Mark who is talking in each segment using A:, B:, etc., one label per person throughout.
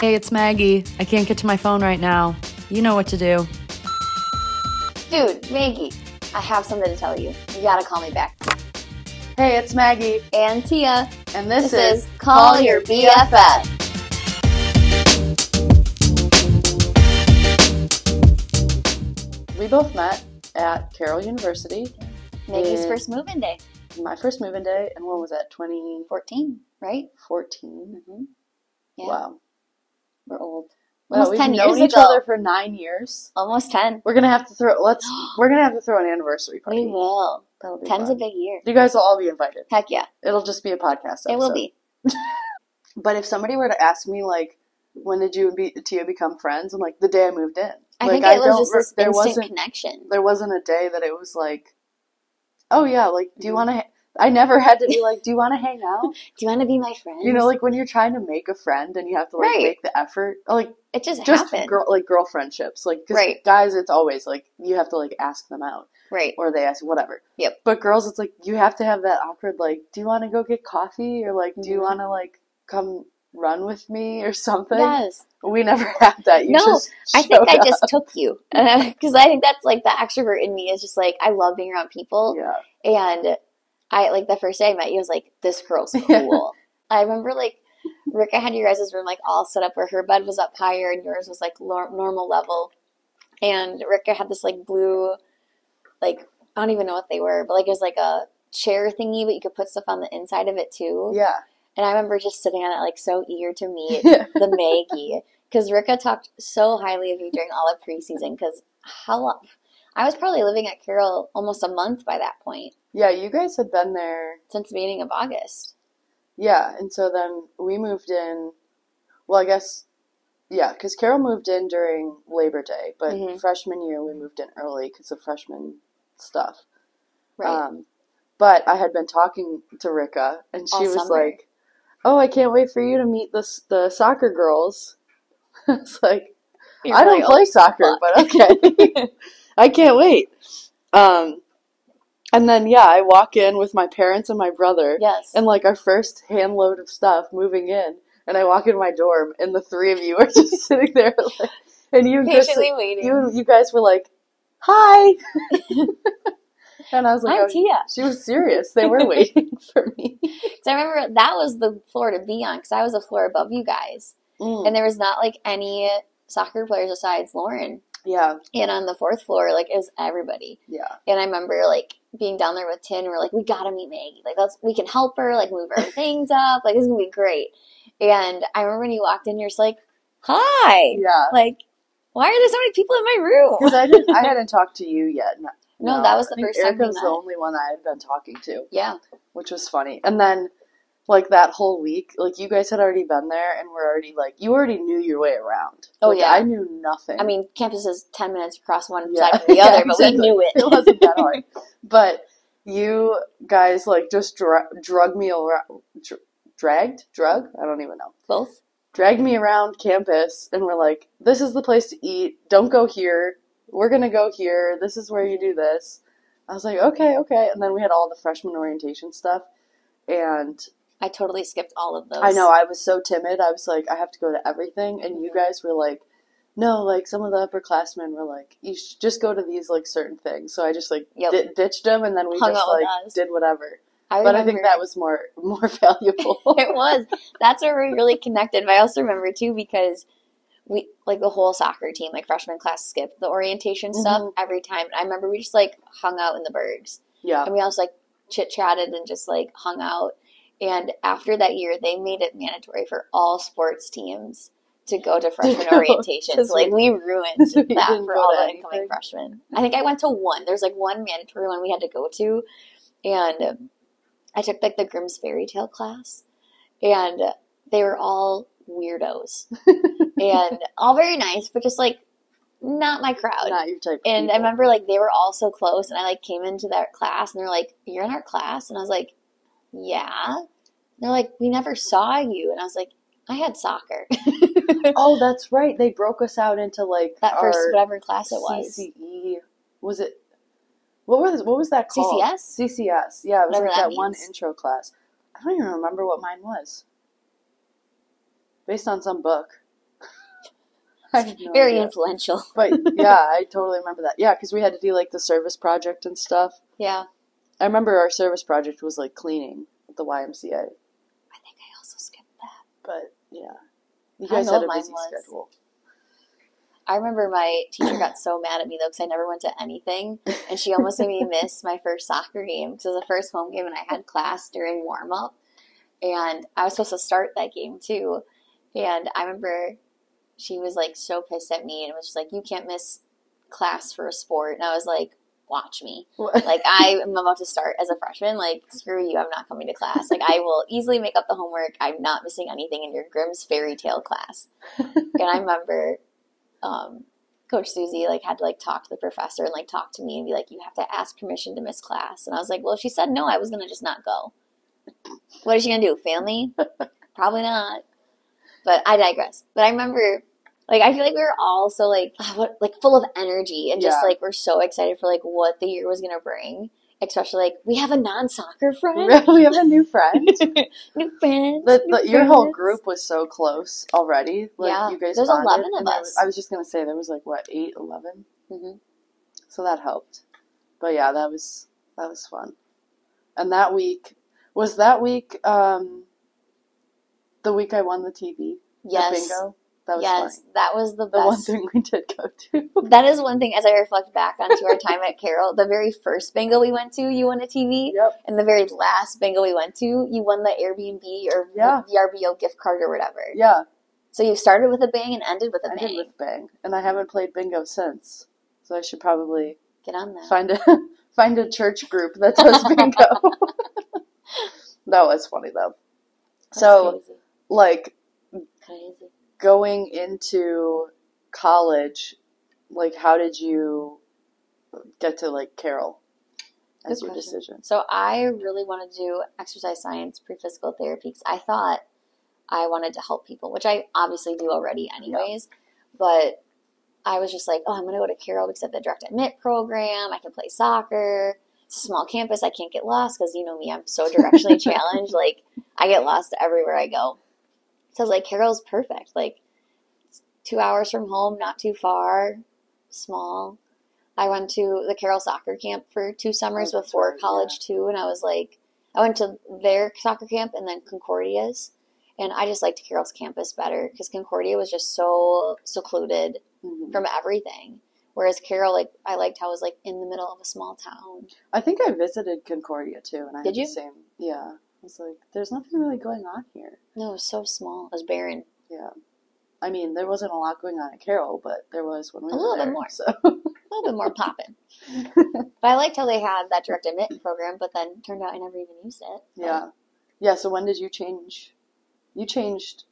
A: Hey, it's Maggie. I can't get to my phone right now. You know what to do.
B: Dude, Maggie, I have something to tell you. You gotta call me back.
C: Hey, it's Maggie,
B: And Tia,
C: and this,
B: this is Call Your BFF.
C: We both met at Carroll University,
B: Maggie's
C: Yeah.
B: first move in day,
C: my first move in day, and when was that? 2014.
B: 14, right?
C: Mm-hmm.
B: Yeah.
C: Wow.
B: We're old.
C: Well,
B: Almost
C: we've
B: 10
C: known
B: years
C: each
B: ago.
C: other for nine years.
B: Almost 10.
C: We're gonna have to throw. Let's. We're gonna have to throw an anniversary party.
B: We will.
C: That'll be
B: 10's a
C: fun.
B: big year.
C: You guys will all be invited.
B: Heck yeah,
C: It'll just be a podcast.
B: it will
C: episode.
B: be.
C: But if somebody were to ask me like, when did you and be, Tia become friends? I'm like, the day I moved in.
B: I
C: like,
B: think it was
C: don't
B: just
C: re-
B: this
C: there
B: instant
C: wasn't
B: connection.
C: there wasn't a day that it was like, oh yeah, like do you want to? Ha-? I never had to be like, do you want to hang out?
B: Do you want to be my friend?
C: You know, like when you're trying to make a friend and you have to like
B: Right.
C: make the effort, like
B: it just,
C: just
B: happened.
C: girl, like girl friendships, like 'cause
B: Right.
C: guys, it's always like you have to like ask them out
B: right.
C: or they ask whatever.
B: Yep.
C: But girls, it's like you have to have that awkward like, do you want to go get coffee or like, do you
B: Mhm.
C: want to like come run with me or something?
B: Yes.
C: We never had that. You
B: No,
C: just
B: I think
C: showed
B: I
C: up.
B: just took you. Because I think that's like the extrovert in me is just like, I love being around people.
C: yeah.
B: And I like the first day I met you, I was like, this girl's
C: Yeah.
B: cool. I remember like Rick, I had your guys' room like all set up where her bed was up higher and yours was like lo- normal level. And Ricka had this like blue, like I don't even know what they were, but like it was like a chair thingy, but you could put stuff on the inside of it too.
C: Yeah.
B: And I remember just sitting on it like so eager to meet the Maggie because Ricka talked so highly of you during all of preseason. Because how long? I was probably living at Carroll almost a month by that point
C: yeah. You guys had been there
B: since the beginning of August.
C: Yeah, and so then we moved in. Well, I guess, yeah, because Carol moved in during Labor Day, but
B: Mhm.
C: freshman year we moved in early because of freshman stuff.
B: Right.
C: Um, but I had been talking to Rika, and she
B: All
C: was
B: summer.
C: like, "Oh, I can't wait for you to meet the s- the soccer girls." I was like,
B: You're oh,
C: I don't
B: really
C: play
B: old.
C: soccer, but okay. I can't wait. Um, and then yeah, I walk in with my parents and my brother
B: Yes.
C: and like our first handload of stuff moving in and i walk in my dorm and the three of you are just sitting there like, and you just
B: Patiently waiting.
C: you you guys were like hi and i was like
B: I'm
C: oh,
B: Tia.
C: she was serious they were waiting for me
B: Because I remember that was the floor to be on because I was a floor above you guys. And there was not like any soccer players besides Lauren.
C: yeah
B: And on the fourth floor, like it was everybody.
C: yeah
B: And I remember like being down there with Tin, we're like, we gotta meet Maggie. Like let's we can help her, like move her things up. Like this is gonna be great. And I remember when you walked in, you're just like, Hi.
C: yeah
B: Like, why are there so many people in my room?
C: because i didn't i hadn't talked to you yet no,
B: No, that was the
C: I think
B: first time we
C: Erica was the
B: met.
C: only one i had been talking to
B: Yeah.
C: which was funny. And then, like that whole week, like you guys had already been there, and we're already like you already knew your way around.
B: Oh,
C: Like,
B: yeah.
C: I knew nothing.
B: I mean, campus is ten minutes across one
C: Yeah.
B: side from the
C: Yeah,
B: other, but
C: exactly.
B: we knew it.
C: it wasn't that hard, but you guys like just dra- drug me around, dr- dragged, drug. I don't even know.
B: Both.
C: Dragged me around campus, and we're like, "This is the place to eat. Don't go here. We're gonna go here. This is where you do this." I was like, "Okay, okay." And then we had all the freshman orientation stuff, and
B: I totally skipped all of those.
C: I know I was so timid. I was like, I have to go to everything, and
B: Mm-hmm.
C: you guys were like, no, like some of the upperclassmen were like, you should just go to these like certain things. So I just like
B: Yep.
C: di- ditched them, and then we
B: Hung
C: just
B: out with
C: like
B: us.
C: did whatever.
B: I
C: But I think
B: remember-
C: that was more more valuable.
B: it was. That's where we really connected. But I also remember too because we like the whole soccer team, like freshman class, skipped the orientation
C: Mhm.
B: stuff every time. And I remember we just like hung out in the bergs,
C: yeah,
B: and we all just like chit chatted and just like hung out. And after that year, they made it mandatory for all sports teams to go to freshman
C: go.
B: orientation.
C: Just
B: So like we ruined
C: So you
B: that
C: didn't
B: for
C: go
B: all
C: to
B: the incoming
C: anything?
B: freshmen. I think I went to one. There's like one mandatory one we had to go to, and um, I took like the Grimm's fairy tale class, and they were all weirdos and all very nice, but just like not my crowd.
C: not your type. of
B: and I
C: people.
B: remember like they were all so close, and I like came into that class, and they're like, "You're in our class," and I was like, "Yeah." And they're like, "We never saw you," and I was like, "I had soccer
C: oh, that's right. They broke us out into like
B: that first
C: our
B: whatever class it was."
C: CCE. E. Was it? What was what was that called?
B: CCS?
C: CCS. Yeah, it was
B: Whatever
C: like
B: that
C: that, one
B: means.
C: intro class. I don't even remember what mine was. Based on some book. I have no
B: Very
C: idea.
B: influential.
C: But yeah, I totally remember that. Yeah, because we had to do like the service project and stuff.
B: Yeah.
C: I remember our service project was like cleaning at the YMCA.
B: I think I also skipped that.
C: But yeah, you
B: I
C: guys
B: know
C: had a
B: mine
C: busy
B: was.
C: schedule.
B: I remember my teacher got so mad at me though because I never went to anything, and she almost made me miss my first soccer game because it was the first home game, and I had class during warm up, and I was supposed to start that game too, and I remember she was like so pissed at me and was just like, "You can't miss class for a sport," and I was like, "Watch me." like I am about to start as a freshman. Like screw you, I'm not coming to class. Like I will easily make up the homework. I'm not missing anything in your Grimm's fairy tale class. and I remember um, Coach Susie like had to like talk to the professor and like talk to me and be like, you have to ask permission to miss class. And I was like, well, if she said no, I was gonna just not go. What is she gonna do? Fail me? Probably not. But I digress. But I remember. Like I feel like we were all so like what, like full of energy and just
C: Yeah.
B: like we're so excited for like what the year was gonna bring. Especially like we have a non soccer friend,
C: we have a new friend.
B: new friends.
C: The,
B: new
C: the, your whole
B: friends.
C: group was so close already. Like
B: Yeah,
C: you guys
B: there's
C: bonded,
B: 11 of
C: and I
B: us.
C: was- I was just gonna say there was like what eight, eleven.
B: Mhm.
C: So that helped. But yeah, that was that was fun. And that week was that week um, the week I won the TV. the
B: Yes,
C: bingo. That was
B: yes,
C: fun.
B: that was the
C: The one
B: best.
C: thing we did go to.
B: That is one thing as I reflect back onto our time at Carroll. The very first bingo we went to, you won a TV,
C: yep.
B: and the very last bingo we went to, you won the Airbnb or
C: Yeah.
B: VRBO gift card or whatever.
C: Yeah,
B: So you started with a bang and ended with a
C: I
B: bang.
C: did with bang, and I haven't played bingo since. So I should probably
B: Get on that.
C: find a find a church group that does bingo. that was funny though.
B: That's
C: So
B: crazy.
C: like
B: Crazy.
C: going into college, like how did you get to like Carol as
B: Good
C: your
B: question.
C: decision?
B: So I really wanted to do exercise science pre-physical therapy because I thought I wanted to help people, which I obviously do already anyways. But I was just like, oh, I'm going to go to Carroll because I have the direct admit program. I can play soccer. It's a small campus. I can't get lost because you know me. I'm so directionally challenged. Like I get lost everywhere I go. So I was like, Carroll's perfect. Like it's two hours from home, not too far, small. I went to the Carroll soccer camp for two summers
C: Oh, that's
B: before
C: right,
B: college too, and I was like, I went to their soccer camp and then Concordia's, and I just liked Carroll's campus better because Concordia was just so secluded
C: Mhm.
B: from everything, whereas Carroll, like, I liked how it was like in the middle of a small town.
C: I think I visited Concordia too, and I
B: Did
C: had
B: you?
C: the same. Yeah, I was like, there's nothing really going on here.
B: No, it was so small. It was barren.
C: Yeah, I mean, there wasn't a lot going on at Carol, but there was when we
B: A
C: were
B: little bit
C: there,
B: more.
C: So
B: a little bit more popping. but I liked how they had that direct admit program, but then turned out I never even used it.
C: yeah, yeah. So when did you change? You changed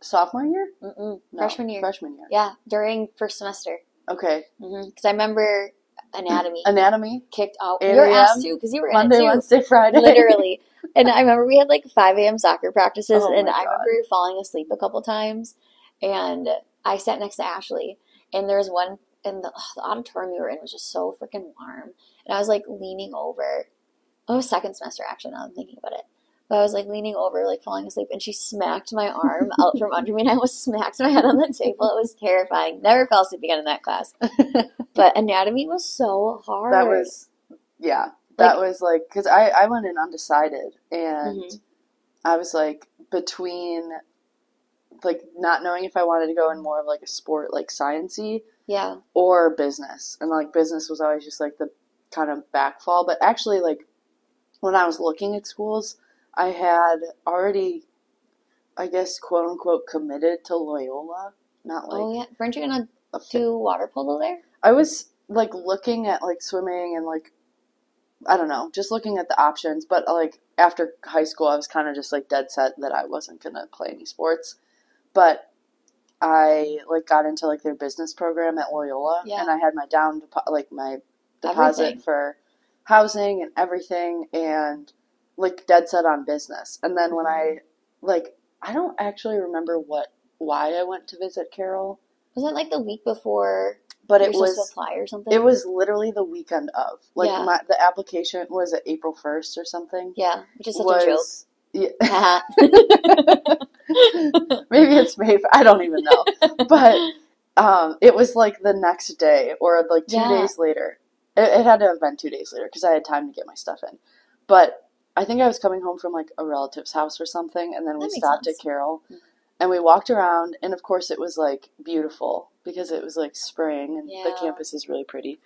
C: sophomore year,
B: Mm-mm.
C: No,
B: Freshman year.
C: Freshman year.
B: Yeah, during first semester.
C: Okay,
B: Because I remember anatomy
C: anatomy
B: kicked out.
C: 8
B: Your ass
C: a.m.,
B: too, because you were
C: Monday,
B: in it too.
C: Wednesday, Friday.
B: Literally. And I remember we had like 5 a.m. soccer practices,
C: Oh
B: and
C: my
B: I
C: God.
B: remember falling asleep a couple times. And I sat next to Ashley, and there was one, and the, ugh, the auditorium we were in was just so freaking warm. And I was like leaning over. Oh, it was second semester, actually, now that I'm thinking about it. But I was like leaning over, like falling asleep, and she smacked my arm out from under me, and I was smacked my head on the table. It was terrifying. Never fell asleep again in that class. But anatomy was so hard.
C: That was, yeah, that was like because I I went in undecided and
B: Mhm.
C: I was like between like not knowing if I wanted to go in more of like a sport like sciency
B: yeah.
C: or business and like business was always just like the kind of backfall but actually like when I was looking at schools I had already I guess quote unquote committed to Loyola not like
B: oh yeah, weren't you gonna
C: a fa-
B: do water polo there?
C: I was like looking at like swimming and like I don't know, just looking at the options. But like after high school, I was kind of just like dead set that I wasn't gonna play any sports. But I like got into like their business program at Loyola,
B: Yeah.
C: and I had my down depo- like my deposit
B: Everything.
C: for housing and everything, and like dead set on business. And then when
B: Mm-hmm.
C: I like I don't actually remember what why I went to visit Carol,
B: Wasn't it like the week before
C: but
B: you
C: it
B: were
C: was
B: supposed to apply or something?
C: it was literally the weekend of. Like
B: Yeah.
C: my the application was it April first or something.
B: yeah, which is such
C: was
B: a joke.
C: Yeah.
B: Haha.
C: Maybe it's Maeve. I don't even know. But um, it was like the next day or like two
B: Yeah.
C: days later. It, it had to have been two days later because I had time to get my stuff in. But I think I was coming home from like a relative's house or something, and then we
B: That makes
C: stopped
B: sense. Mm.
C: at Carol and we walked around. And of course, it was like beautiful because it was like spring and the
B: Yeah.
C: campus is really pretty.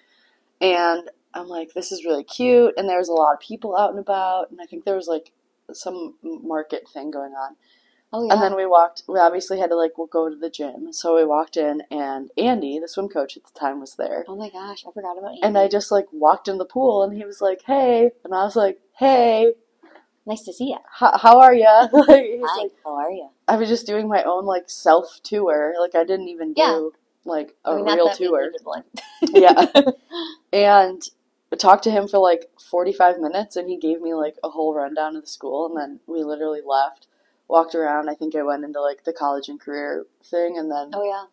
C: And I'm like, this is really cute. And there was a lot of people out and about, and I think there was like some market thing going on.
B: oh yeah.
C: And then we walked. We obviously had to like we'll go to the gym, so we walked in, and Andy, the swim coach at the time, was there.
B: oh my gosh, I forgot about you.
C: And I just like walked in the pool, and he was like, "Hey," and I was like, "Hey,
B: nice to see you.
C: how, how are ya?" like, he's
B: Hi.
C: like,
B: How are you?
C: I was just doing my own like self tour. Like I didn't even do
B: Yeah.
C: like a
B: I mean, not
C: real
B: that we
C: tour.
B: needed one.
C: yeah. And I talked to him for like 45 minutes and he gave me like a whole rundown of the school and then we literally left, walked around. I think I went into like the college and career thing and then
B: Oh yeah.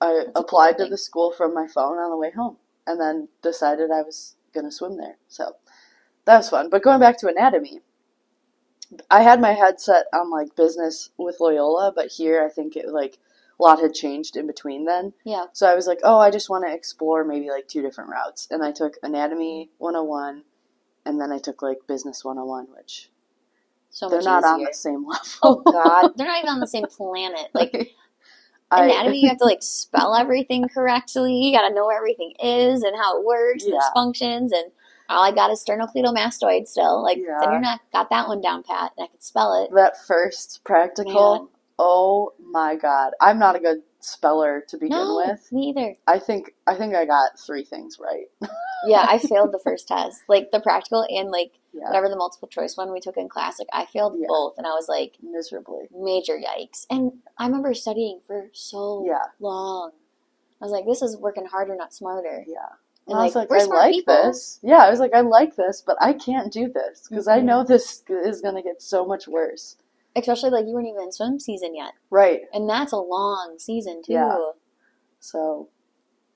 C: I
B: cool
C: applied to
B: thing.
C: the school from my phone on the way home and then decided I was going to swim there. So that was fun. But going back to anatomy, I had my headset on like business with Loyola, but here I think it like a lot had changed in between then.
B: Yeah.
C: So I was like, oh, I just want to explore maybe like two different routes. And I took anatomy 101 and then I took like business 101, which
B: So
C: they're
B: much
C: not on
B: easier.
C: the same level.
B: Oh god, they're not even on the same planet. Like
C: I-
B: anatomy, you have to like spell everything correctly. You got to know where everything is and how it works, and its
C: Yeah.
B: functions, and all I got is sternocleidomastoid still. Like then
C: Yeah.
B: you're not got that one down pat, and I could spell it.
C: that first practical.
B: Man.
C: Oh my god, I'm not a good speller to begin
B: No,
C: with.
B: me either.
C: I think I think I got three things right.
B: Yeah, I failed the first test, like the practical and like
C: Yeah,
B: whatever the multiple choice one we took in class. Like I failed
C: Yeah.
B: both, and I was like
C: miserably.
B: major yikes. And I remember studying for so
C: Yeah,
B: long. I was like, this is working harder, not smarter.
C: yeah.
B: And,
C: And I was
B: like,
C: like,
B: we're
C: I
B: smart
C: like
B: people.
C: this. Yeah, I was like, I like this, but I can't do this because I
B: Mhm.
C: know this is gonna get so much worse.
B: Especially like you weren't even in swim season yet.
C: Right.
B: And that's a long season too.
C: Yeah. So,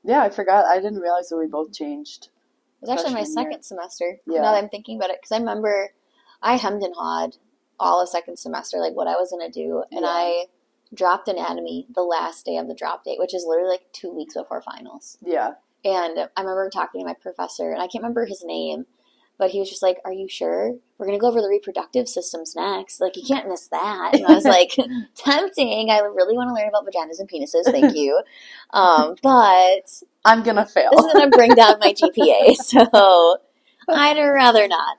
C: yeah, I forgot. I didn't realize that we both changed.
B: It was actually my
C: Freshman year.
B: second semester.
C: Yeah.
B: Now that I'm thinking about it, because I remember I hemmed and hawed all the second semester, like what I was gonna do, and
C: Yeah.
B: I dropped anatomy the last day of the drop date, which is literally like two weeks before finals.
C: Yeah.
B: And I remember talking to my professor, and I can't remember his name, but he was just like, "Are you sure? We're gonna go over the reproductive systems next. Like, you can't miss that." And I was like, "Tempting. I really want to learn about vaginas and penises. Thank you, um, but
C: I'm gonna fail.
B: this is gonna bring down my GPA." So I'd rather not.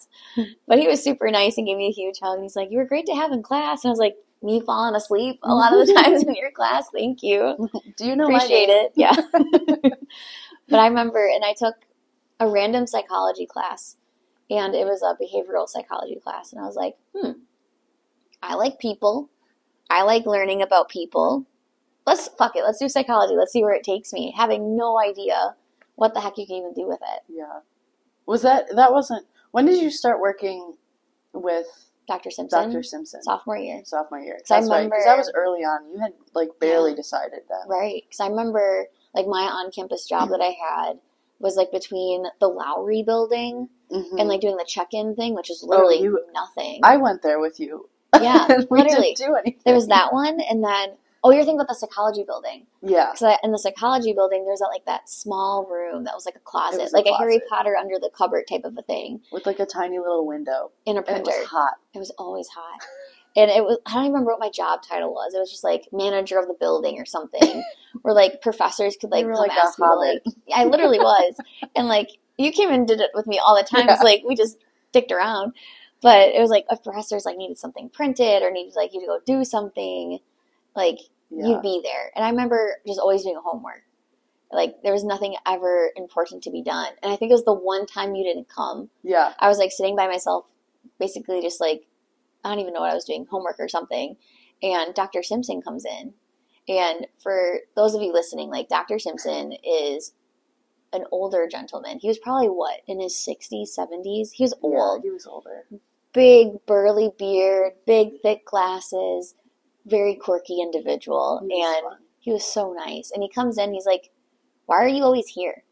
B: But he was super nice and gave me a huge hug. And he's like, "You were great to have in class." And I was like, "Me falling asleep a lot of the times in your class. Thank you."
C: do you know my
B: appreciate
C: name?
B: it. Yeah. but I remember, and I took a random psychology class, and it was a behavioral psychology class, and I was like, hmm, I like people. I like learning about people. Let's fuck it. Let's do psychology. Let's see where it takes me. Having no idea what the heck you can even do with it.
C: Yeah. Was that that wasn't? When did you start working with
B: Dr. Simpson,
C: Dr. Simpson?
B: sophomore year.
C: sophomore year.
B: 'Cause I
C: That's right. Because
B: remember-
C: that was early on. You had like barely
B: Yeah.
C: decided that.
B: Right. Because I remember, like, my on campus job that I had was like between the Lowry building
C: Mhm.
B: and like doing the check-in thing, which is literally
C: Oh, you-
B: nothing.
C: I went there with you.
B: Yeah,
C: and we
B: literally.
C: didn't do anything.
B: there was that one, and then oh, you're thinking about the psychology building.
C: Yeah.
B: So in the psychology building, there's that like that small room that was like a closet,
C: was a
B: like a, Harry
C: closet.
B: Potter under the cupboard type of a thing,
C: With like a tiny little window.
B: in
C: And
B: a
C: it
B: printer.
C: was hot.
B: It was always hot. And it was, I don't even remember what my job title was. It was just like manager of the building or something, where like professors could like
C: You were
B: come
C: like a
B: ask me. Like, I literally was. And like, you came and did it with me all the time. It's
C: Yeah.
B: like, we just dicked around. But it was like, if professors like needed something printed or needed like you to go do something, like
C: Yeah.
B: you'd be there. And I remember just always doing homework. Like, there was nothing ever important to be done. And I think it was the one time you didn't come.
C: yeah.
B: I was like sitting by myself, basically just like I don't even know what I was doing, homework or something. And Dr. Simpson comes in. And for those of you listening, like Dr. Simpson is an older gentleman. He was probably what, in his 60s, 70s? He was
C: Yeah,
B: old.
C: he was older.
B: Big, burly beard, big, thick glasses, very quirky individual.
C: He was
B: and
C: fun.
B: he was so nice. And he comes in, he's like, Why are you always here?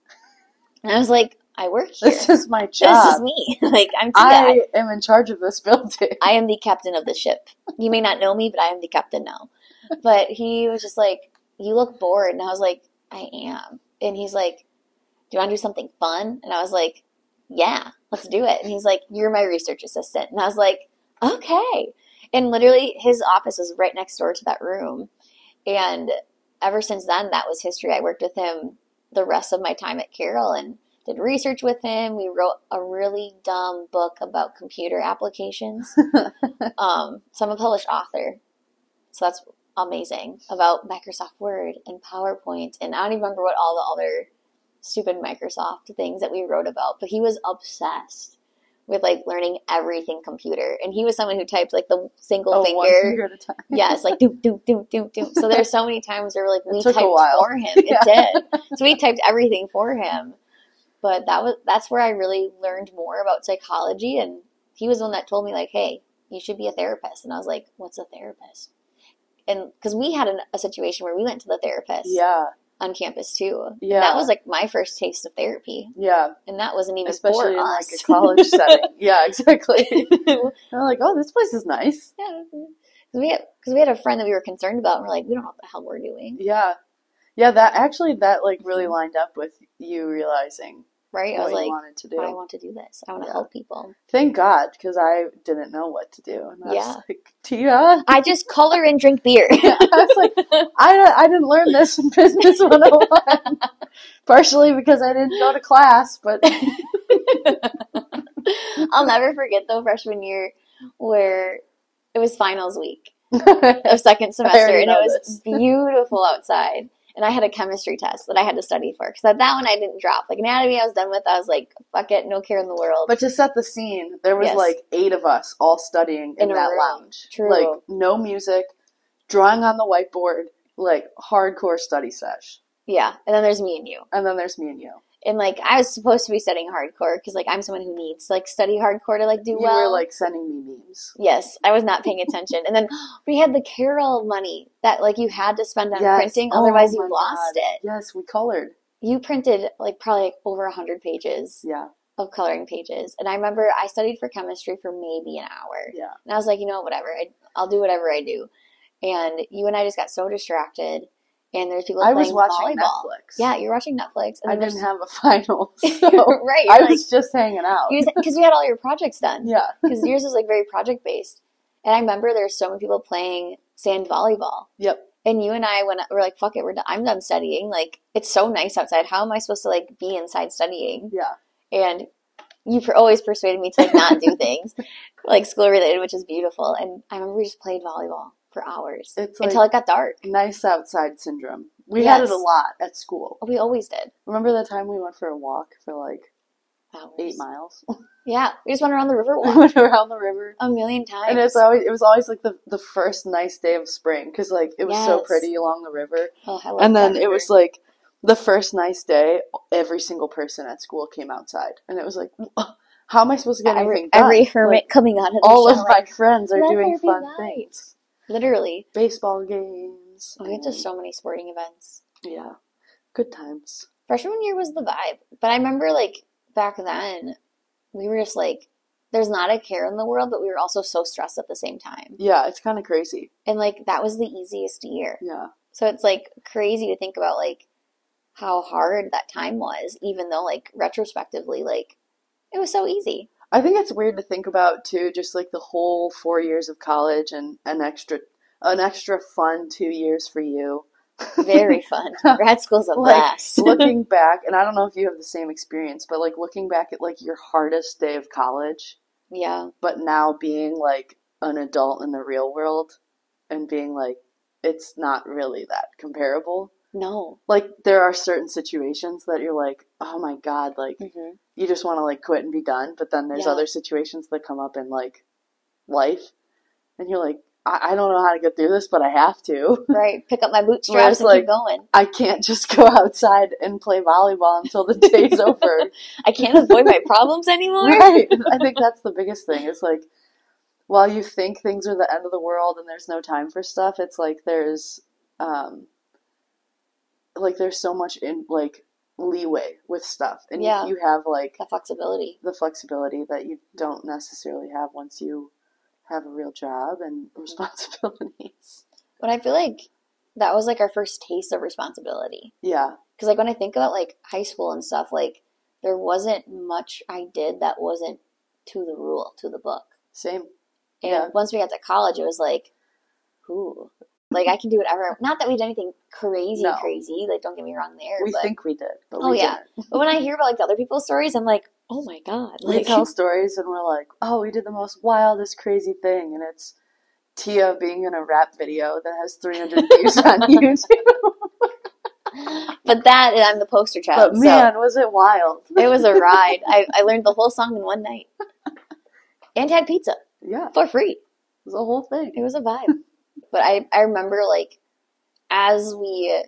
B: And I was like, I work here.
C: This is my
B: This
C: job.
B: is me. like I'm too bad.
C: I am in charge of this building.
B: I am the captain of the ship. You may not know me, but I am the captain now. But he was just like, You look bored. And I was like, I am. And he's like, Do you want to do something fun? And I was like, Yeah, let's do it. And he's like, You're my research assistant. And I was like, Okay. And literally, his office was right next door to that room. And ever since then, that was history. I worked with him the rest of my time at Carroll and did research with him. We wrote a really dumb book about computer applications um, so I'm a Polish author, so that's amazing about Microsoft Word and PowerPoint, and I don't even remember what all the other stupid Microsoft things that we wrote about. But he was obsessed with like learning everything computer, and he was someone who typed like the single
C: Oh, one
B: finger.
C: finger at a time.
B: Yes, like doop doop doop doop doop. So there's so many times where we're like
C: It
B: we
C: took a
B: typed
C: while.
B: for him.
C: Yeah.
B: It did. So we typed everything for him. But that was that's where I really learned more about psychology and he was the one that told me like, "Hey, you should be a therapist." And I was like, "What's a therapist?" And cuz we had an, a situation where we went to the therapist
C: Yeah,
B: on campus too. And
C: Yeah.
B: That was like my first taste of therapy.
C: yeah.
B: And that wasn't even for
C: Especially in like
B: us.
C: a college setting. Yeah, exactly. They're like, oh, this place is nice.
B: yeah. Cuz we had cuz we had a friend that we were concerned about and we're like, "We don't know what the hell we're doing."
C: Yeah, yeah. That actually, that like really lined up with you realizing
B: Right? I
C: what
B: was
C: you
B: like,
C: wanted to do.
B: I want to do this. I want to
C: Yeah.
B: help people.
C: Thank God, because I didn't know what to do. And I
B: Yeah.
C: was like, Tia,
B: I just color and drink beer.
C: I was like, I, I didn't learn this in Business 101. Partially because I didn't go to class, but
B: I'll never forget though freshman year where it was finals week of second semester
C: already
B: and it
C: know
B: was
C: this.
B: beautiful outside. And I had a chemistry test that I had to study for because that one I didn't drop. Like anatomy, I was done with. I was like, fuck it, no care in the world.
C: But to set the scene, there was
B: Yes.
C: like eight of us all studying in,
B: In a
C: that
B: room.
C: lounge.
B: True.
C: Like no music, drawing on the whiteboard, like hardcore study sesh.
B: yeah. And then there's me and you.
C: And then there's me and you.
B: And like I was supposed to be studying hardcore because like I'm someone who needs to like study hardcore to like do
C: You
B: well.
C: were like sending me memes.
B: Yes, I was not paying attention. And then we had the Carol money that like you had to spend on
C: Yes.
B: printing,
C: Oh
B: otherwise
C: my
B: you
C: God.
B: lost it.
C: Yes, we colored.
B: You printed like probably like, over hundred pages
C: Yeah.
B: of coloring pages, and I remember I studied for chemistry for maybe an hour,
C: Yeah.
B: and I was like, you know, what, whatever, I, I'll do whatever I do. And you and I just got so distracted, and there's people
C: I
B: playing
C: was watching
B: volleyball.
C: Netflix.
B: Yeah, you're watching Netflix, and
C: I
B: then there's-
C: didn't have a final. So
B: right.
C: I
B: you're,
C: was just hanging out.
B: like, because we had all your projects done.
C: yeah.
B: because yours was like very project based. And I remember there's so many people playing sand volleyball.
C: Yep.
B: And you and I when we're like, fuck it, we're done. I'm done studying. Like it's so nice outside. How am I supposed to like be inside studying?
C: Yeah.
B: And you per- always persuaded me to like not do things like school related, which is beautiful. And I remember we just played volleyball for hours
C: It's like
B: until it got dark.
C: nice outside syndrome. We had
B: Yes.
C: it a lot at school.
B: We always did.
C: Remember the time we went for a walk for like
B: Hours.
C: eight miles?
B: Yeah, we just went around the river
C: we
B: walk
C: went around the river.
B: a million times.
C: And it's uh, always it was always like the the first nice day of spring because like it was so
B: Yes.
C: pretty along the river,
B: oh, I love
C: and then
B: that
C: it
B: river.
C: was like the first nice day. Every single person at school came outside, and it was like, how am I supposed to get
B: every,
C: anything done?
B: every hermit
C: Like,
B: coming out of the
C: all of
B: shower.
C: my friends are
B: Let
C: doing
B: there be
C: fun
B: light.
C: things,
B: literally.
C: baseball games.
B: Oh, We went to
C: and-
B: so many sporting events.
C: yeah, good times.
B: freshman year was the vibe. But I remember like back then, we were just like, there's not a care in the world, but we were also so stressed at the same time.
C: Yeah, it's kind of crazy.
B: And like that was the easiest year.
C: Yeah,
B: So it's like crazy to think about like how hard that time was, even though like retrospectively, like it was so easy.
C: I think it's weird to think about too, just like the whole four years of college and an extra an extra fun two years for you.
B: Very fun. Grad school's a
C: Like,
B: blast.
C: looking back, and I don't know if you have the same experience, but like looking back at like your hardest day of college,
B: yeah.
C: but now being like an adult in the real world and being like, it's not really that comparable.
B: No.
C: Like there are certain situations that you're like, oh my God, like
B: Mm-hmm.
C: you just want to like quit and be done. But then there's
B: Yeah.
C: other situations that come up in like life, and you're like, I, I don't know how to get through this, but I have to.
B: Right. Pick up my
C: Where it's
B: bootstraps and
C: like-
B: keep going.
C: I can't just go outside and play volleyball until the day's over.
B: I can't avoid my problems anymore.
C: Right. I think that's the biggest thing. It's like while you think things are the end of the world and there's no time for stuff, it's like there's um like there's so much in like leeway with stuff, and
B: Yeah.
C: you, you have like
B: that flexibility.
C: the flexibility that you don't necessarily have once you have a real job and responsibilities.
B: But I feel like that was like our first taste of responsibility.
C: Yeah,
B: Because like when I think about like high school and stuff, like there wasn't much I did that wasn't to the rule, to the book.
C: same.
B: And
C: Yeah.
B: once we got to college, it was like, ooh, like I can do whatever. Not that we did anything crazy,
C: No.
B: crazy. Like don't get me wrong there.
C: We
B: but,
C: think we did, but
B: Oh,
C: we
B: yeah.
C: didn't.
B: but when I hear about like the other people's stories, I'm like, oh my god,
C: We
B: like
C: tell stories and we're like, oh, we did the most wildest, crazy thing, and it's Tia being in a rap video that has 300 views on YouTube.
B: but that I'm the poster child.
C: But man, was it wild!
B: so it was a ride. I, I learned the whole song in one night. And had pizza
C: Yeah, it
B: for free.
C: was a whole thing.
B: It was a vibe. but I, I remember like as we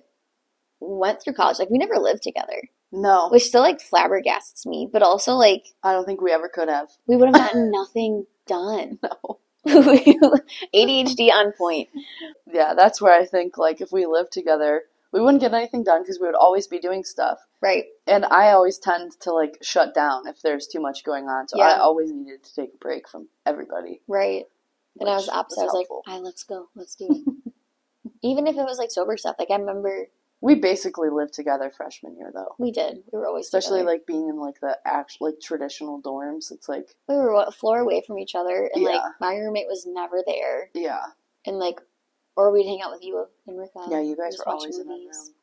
B: went through college, like we never lived together.
C: No,
B: Which still like flabbergasts me, but also like
C: I don't think we ever could have.
B: we would have gotten nothing done.
C: No.
B: ADHD on point.
C: Yeah, that's where I think like if we lived together, we wouldn't get anything done because we would always be doing stuff.
B: Right.
C: and I always tend to like shut down if there's too much going on. So I
B: Yeah.
C: always needed to take a break from everybody.
B: Right. And I was
C: which
B: opposite. I was
C: helpful.
B: like, "All right, let's go. Let's do it." Even if it was like sober stuff. Like I remember
C: we basically lived together freshman year though.
B: we did. We were always
C: Especially
B: together.
C: like being in like the actual like traditional dorms. It's like
B: we were a floor away from each other and like
C: Yeah.
B: my roommate was never there
C: yeah,
B: and like or we'd hang out with you and Rika.
C: yeah. You guys
B: just
C: were always
B: watching
C: in that
B: Oh, movies.
C: room.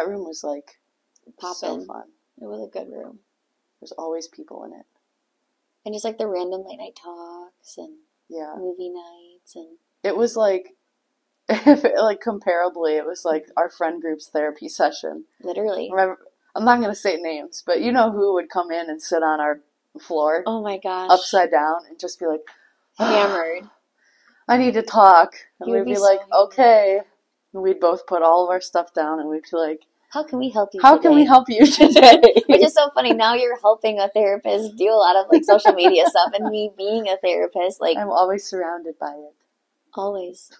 C: That room was like so
B: Poppin'.
C: fun.
B: It was a good room.
C: There's always people in it.
B: And just like the random late night talks and
C: Yeah,
B: movie nights and
C: it was like if it, like comparably, it was like our friend group's therapy session.
B: literally.
C: Remember, I'm not gonna say names, but you know who would come in and sit on our floor.
B: Oh my gosh.
C: upside down and just be like,
B: Hammered.
C: I need to talk. And
B: You would
C: we'd be,
B: be so
C: like,
B: angry.
C: okay. And we'd both put all of our stuff down and we'd be like,
B: How can we help you?
C: how can we
B: today?
C: help you today?
B: Which is so funny. Now you're helping a therapist do a lot of like social media stuff, and me being a therapist, like
C: I'm always surrounded by it.
B: always.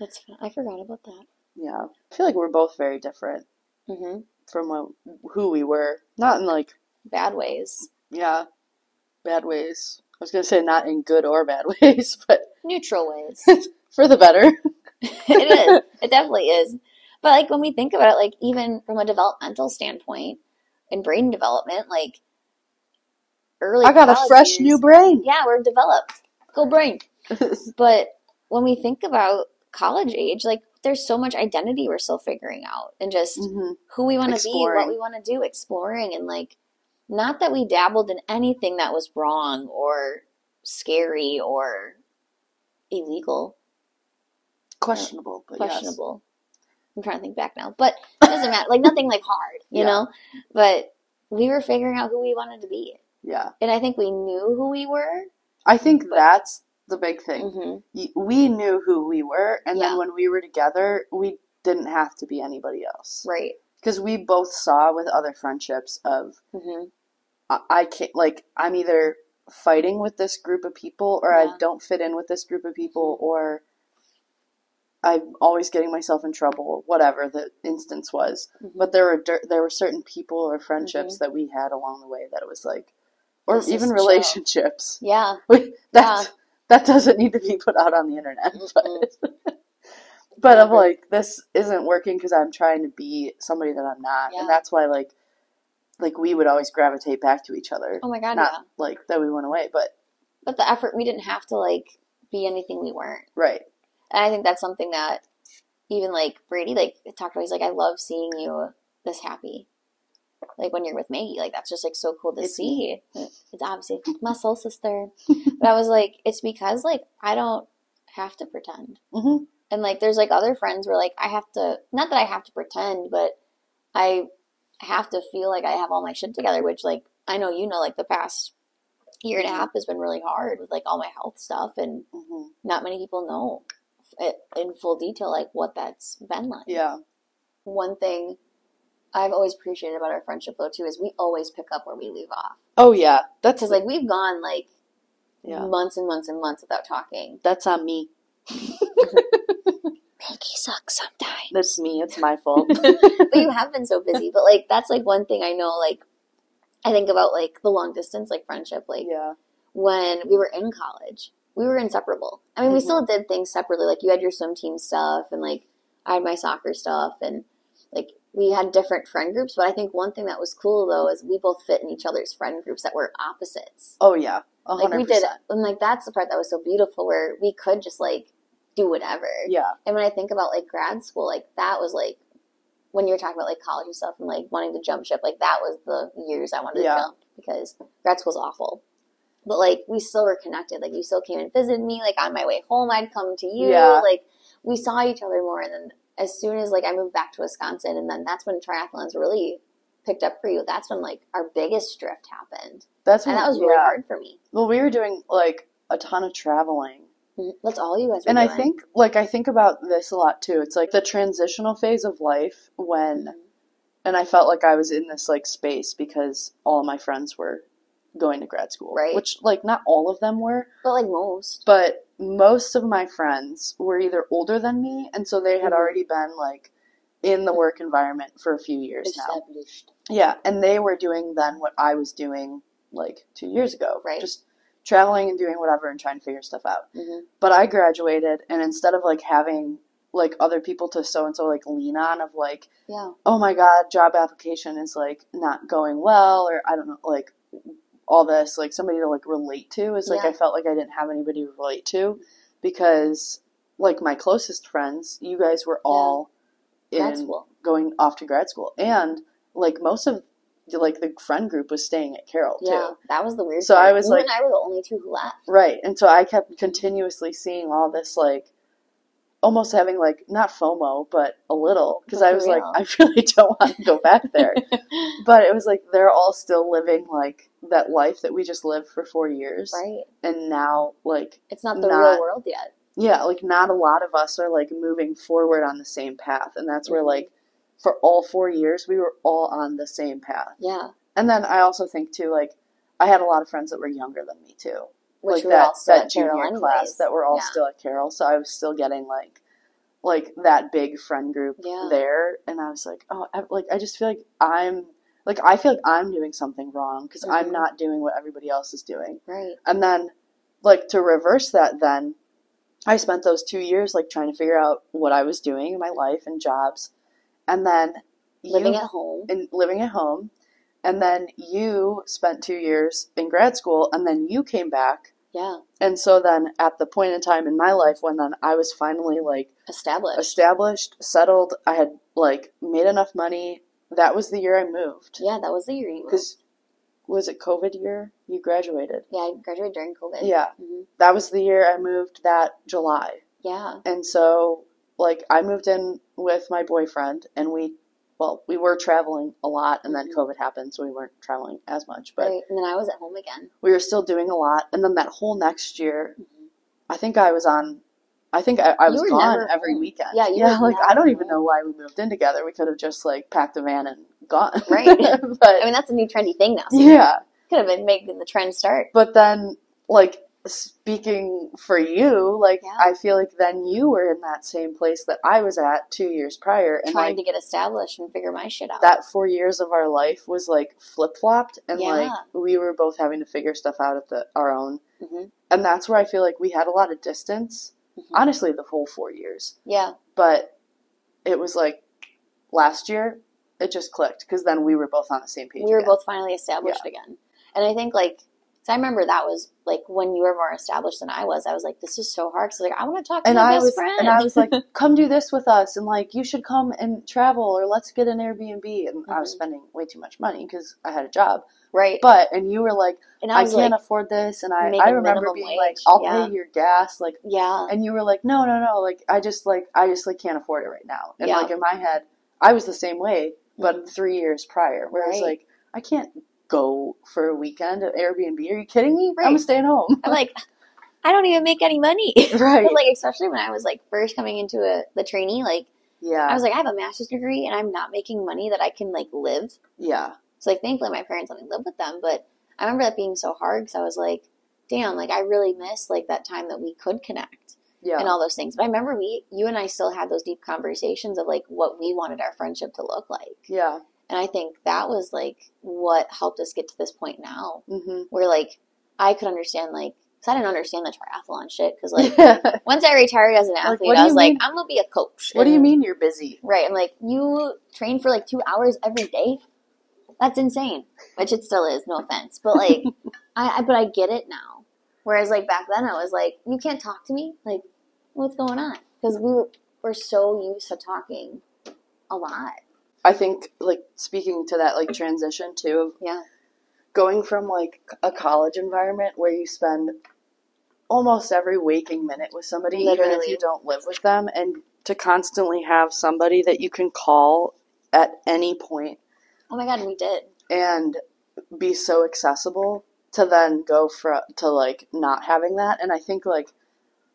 B: That's fun. I forgot about that.
C: Yeah. I feel like we're both very different
B: Mm-hmm.
C: from what, who we were. Not in like,
B: Bad ways.
C: yeah, bad ways. I was going to say not in good or bad ways, but
B: Neutral ways.
C: for the better.
B: it is. It definitely is. But like when we think about it, like even from a developmental standpoint and brain development, like early.
C: I got a
B: college
C: fresh
B: years-
C: new brain.
B: Yeah, we're developed. Go brain. But when we think about college age, like there's so much identity we're still figuring out and just
C: Mhm.
B: who we want to be,
C: Exploring.
B: what we want to do, exploring and like not that we dabbled in anything that was wrong or scary or illegal,
C: Questionable, but yes.
B: questionable. I'm trying to think back now, but it doesn't matter. Like nothing like hard, you
C: Yeah.
B: know? But we were figuring out who we wanted to be.
C: Yeah.
B: And I think we knew who we were.
C: I think that's the big thing.
B: hmm
C: y- we knew who we were, and then
B: Yeah.
C: when we were together, we didn't have to be anybody else.
B: Right.
C: Because we both saw with other friendships of
B: hmm
C: I, I can't like I'm either fighting with this group of people, or I
B: Yeah. Mm-hmm.
C: don't fit in with this group of people, or I'm always getting myself in trouble, or whatever the instance was.
B: Mhm.
C: But there were dir- there were certain people or friendships that we had along the way that it was like, or
B: Mm-hmm. This is
C: even
B: chill.
C: relationships.
B: Yeah.
C: Wait, that
B: Yeah.
C: that doesn't need to be put out on the internet. But, but I'm
B: Never.
C: like, this isn't working because I'm trying to be somebody that I'm not,
B: Yeah.
C: and that's why like, like we would always gravitate back to each other.
B: Oh my god,
C: not
B: yeah.
C: like that we went away, but
B: But the effort, we didn't have to like be anything we weren't.
C: right,
B: And I think that's something that even like Brady like talked about. He's like, I love seeing you this happy. Like when you're with Maggie, like that's just like so cool to
C: It's
B: see. It's obviously my soul sister. but I was like, it's because like I don't have to pretend.
C: hmm
B: And like there's like other friends where like I have to not that I have to pretend, but I have to feel like I have all my shit together, which like I know you know like the past year and a half has been really hard with like all my health stuff and
C: hmm
B: not many people know it in full detail like what that's been like.
C: yeah,
B: One thing I've always appreciated about our friendship though too is we always pick up where we leave off.
C: oh yeah, that's
B: Cuz like we've gone like
C: yeah,
B: months and months and months without talking.
C: that's on me.
B: Nikki sucks sometimes.
C: That's me. It's my fault.
B: but you have been so busy. But like that's like one thing I know. Like I think about like the long distance like friendship. Like
C: yeah.
B: when we were in college, we were inseparable. I mean, we
C: Mhm.
B: still did things separately. Like you had your swim team stuff, and like I had my soccer stuff, and like we had different friend groups. But I think one thing that was cool though is we both fit in each other's friend groups that were opposites.
C: Oh yeah. A
B: Like
C: hundred
B: we did,
C: percent.
B: and like that's the part that was so beautiful where we could just like do whatever.
C: Yeah.
B: And when I think about like grad school, like that was like when you were talking about like college and stuff and like wanting to jump ship, like that was the years I wanted
C: Yeah.
B: to jump because grad school's awful. But like we still were connected. Like you still came and visited me. Like on my way home, I'd come to you.
C: Yeah.
B: Like we saw each other more. And then as soon as like I moved back to Wisconsin, and then that's when triathlons really picked up for you. That's when like our biggest drift happened,
C: That's
B: and
C: when-
B: that was really
C: yeah.
B: hard for me.
C: Well, we were doing like a ton of traveling.
B: Mm-hmm. That's all you guys. Were
C: And I
B: doing.
C: think like I think about this a lot too. It's like the transitional phase of life when and I felt like I was in this like space because all my friends were going to grad school.
B: Right.
C: Which like not all of them were,
B: but like most,
C: but most of my friends were either older than me and so they had
B: Mhm.
C: already been like in the work environment for a few years now.
B: established.
C: Yeah, and they were doing then what I was doing like two years ago,
B: Right.
C: Just traveling and doing whatever and trying to figure stuff out.
B: Mhm.
C: But I graduated, and instead of like having like other people to so and so like lean on of like,
B: Yeah.
C: oh my god, job application is like not going well, or I don't know, like all this, like somebody to like relate to is like
B: Yeah.
C: I felt like I didn't have anybody to relate to because like my closest friends, you guys were all
B: Grad
C: in
B: school.
C: going off to grad school and like most of the, like the friend group was staying at carroll
B: Yeah,
C: too
B: that was the weird.
C: So
B: part.
C: I was
B: you
C: like-
B: and I were the only two who left.
C: right and so i kept continuously seeing all this like almost having like not fomo but a little because
B: But
C: i
B: for
C: was like
B: real.
C: i really don't want to go back there but it was like they're all still living like that life that we just lived for four years
B: Right?
C: and now like
B: It's not the
C: Not-
B: real world yet.
C: yeah, like not a lot of us are like moving forward on the same path. And that's where
B: Mhm.
C: like for all four years we were all on the same path.
B: Yeah,
C: And then I also think too, like I had a lot of friends that were younger than me too.
B: which
C: like
B: we were
C: that
B: all still
C: that
B: at
C: junior
B: Carroll anyways.
C: class that were all
B: Yeah.
C: still at Carroll. So I was still getting like like that big friend group
B: Yeah.
C: there and I was like, oh, I, like I just feel like I'm like I feel like I'm doing something wrong because
B: Mhm.
C: I'm not doing what everybody else is doing.
B: Right.
C: And then, like, to reverse that, then I spent those two years, like, trying to figure out what I was doing in my life and jobs. And then you,
B: Living at home.
C: in, living at home. And then you spent two years in grad school. And then you came back.
B: Yeah.
C: And so then at the point in time in my life when then I was finally, like,
B: Established.
C: established, settled, I had, like, made enough money. That was the year I moved.
B: Yeah, that was the year you moved.
C: Because was it COVID year? You graduated.
B: Yeah, I graduated during COVID.
C: Yeah.
B: Mhm.
C: that was the year I moved that July.
B: Yeah.
C: And so, like, I moved in with my boyfriend, and we, well, we were traveling a lot, and then
B: Mhm.
C: COVID happened, so we weren't traveling as much, but
B: right. And then I was at home again.
C: we were still doing a lot. And then that whole next year, I think I was on, I think I, I
B: You
C: was
B: were
C: gone
B: never
C: every
B: home.
C: weekend.
B: Yeah, you
C: yeah
B: were
C: like, I
B: never
C: don't even
B: home.
C: know why we moved in together. We could have just, like, packed a van and gone.
B: Right.
C: but,
B: I mean, that's a new trendy thing now. So you
C: yeah.
B: could have been making the trend start.
C: But then, like, speaking for you, like,
B: Yeah.
C: I feel like then you were in that same place that I was at two years prior. And,
B: trying
C: like,
B: to get established and figure my shit out.
C: that four years of our life was, like, flip flopped. And,
B: Yeah.
C: like, we were both having to figure stuff out at the, our own.
B: Mhm.
C: And that's where I feel like we had a lot of distance,
B: Mhm.
C: honestly, the whole four years.
B: Yeah.
C: But it was like last year, it just clicked because then we were both on the same page.
B: we were
C: again.
B: both finally established again. And I think like, cause I remember that was like when you were more established than I was. I was like, this is so hard. Cause like I want to talk to
C: and
B: my
C: I
B: best
C: was
B: friend.
C: and I was like, come do this with us, and like you should come and travel, or let's get an Airbnb. And I was
B: Mhm.
C: spending way too much money because I had a job.
B: right.
C: But and you were like,
B: and
C: I,
B: I was
C: can't
B: like,
C: afford this, and I
B: make
C: I
B: a
C: remember
B: minimum
C: being
B: wage,
C: like, I'll
B: yeah.
C: pay your gas, like,
B: yeah,
C: and you were like, no, no, no, like I just like I just like can't afford it right now. And
B: Yeah.
C: like in my head, I was the same way, but
B: Mhm.
C: three years prior, where I was
B: Right.
C: like, I can't go for a weekend at Airbnb. Are you kidding me? I'm
B: Right.
C: staying home.
B: I'm like, I don't even make any money. 'Cause,
C: right.
B: like especially when I was like first coming into a, the trainee, like
C: yeah.
B: I was like, I have a master's degree and I'm not making money that I can like live.
C: yeah.
B: So like thankfully my parents let me live with them, but I remember that being so hard because I was like, damn, like I really miss like that time that we could connect.
C: Yeah.
B: and all those things. But I remember we, you and I still had those deep conversations of like what we wanted our friendship to look like.
C: yeah.
B: And I think that was like what helped us get to this point now
C: Mm-hmm.
B: where like I could understand like, cause I didn't understand the triathlon shit. Cause like once I retired as an athlete,
C: what do
B: I
C: you
B: was like,
C: mean?
B: I'm going to be a coach.
C: what do you
B: And-
C: mean you're busy?
B: Right. And like you train for like two hours every day. That's insane. Which it still is, no offense. But like I, I but I get it now. Whereas like back then I was like, You can't talk to me? Like, what's going on? Because we were, were so used to talking a lot.
C: I think like speaking to that like transition too of
B: Yeah.
C: going from like a college environment where you spend almost every waking minute with somebody even if
B: Literally.
C: you don't live with them and to constantly have somebody that you can call at any point
B: Oh my god, we did.
C: and be so accessible to then go from to like not having that and i think like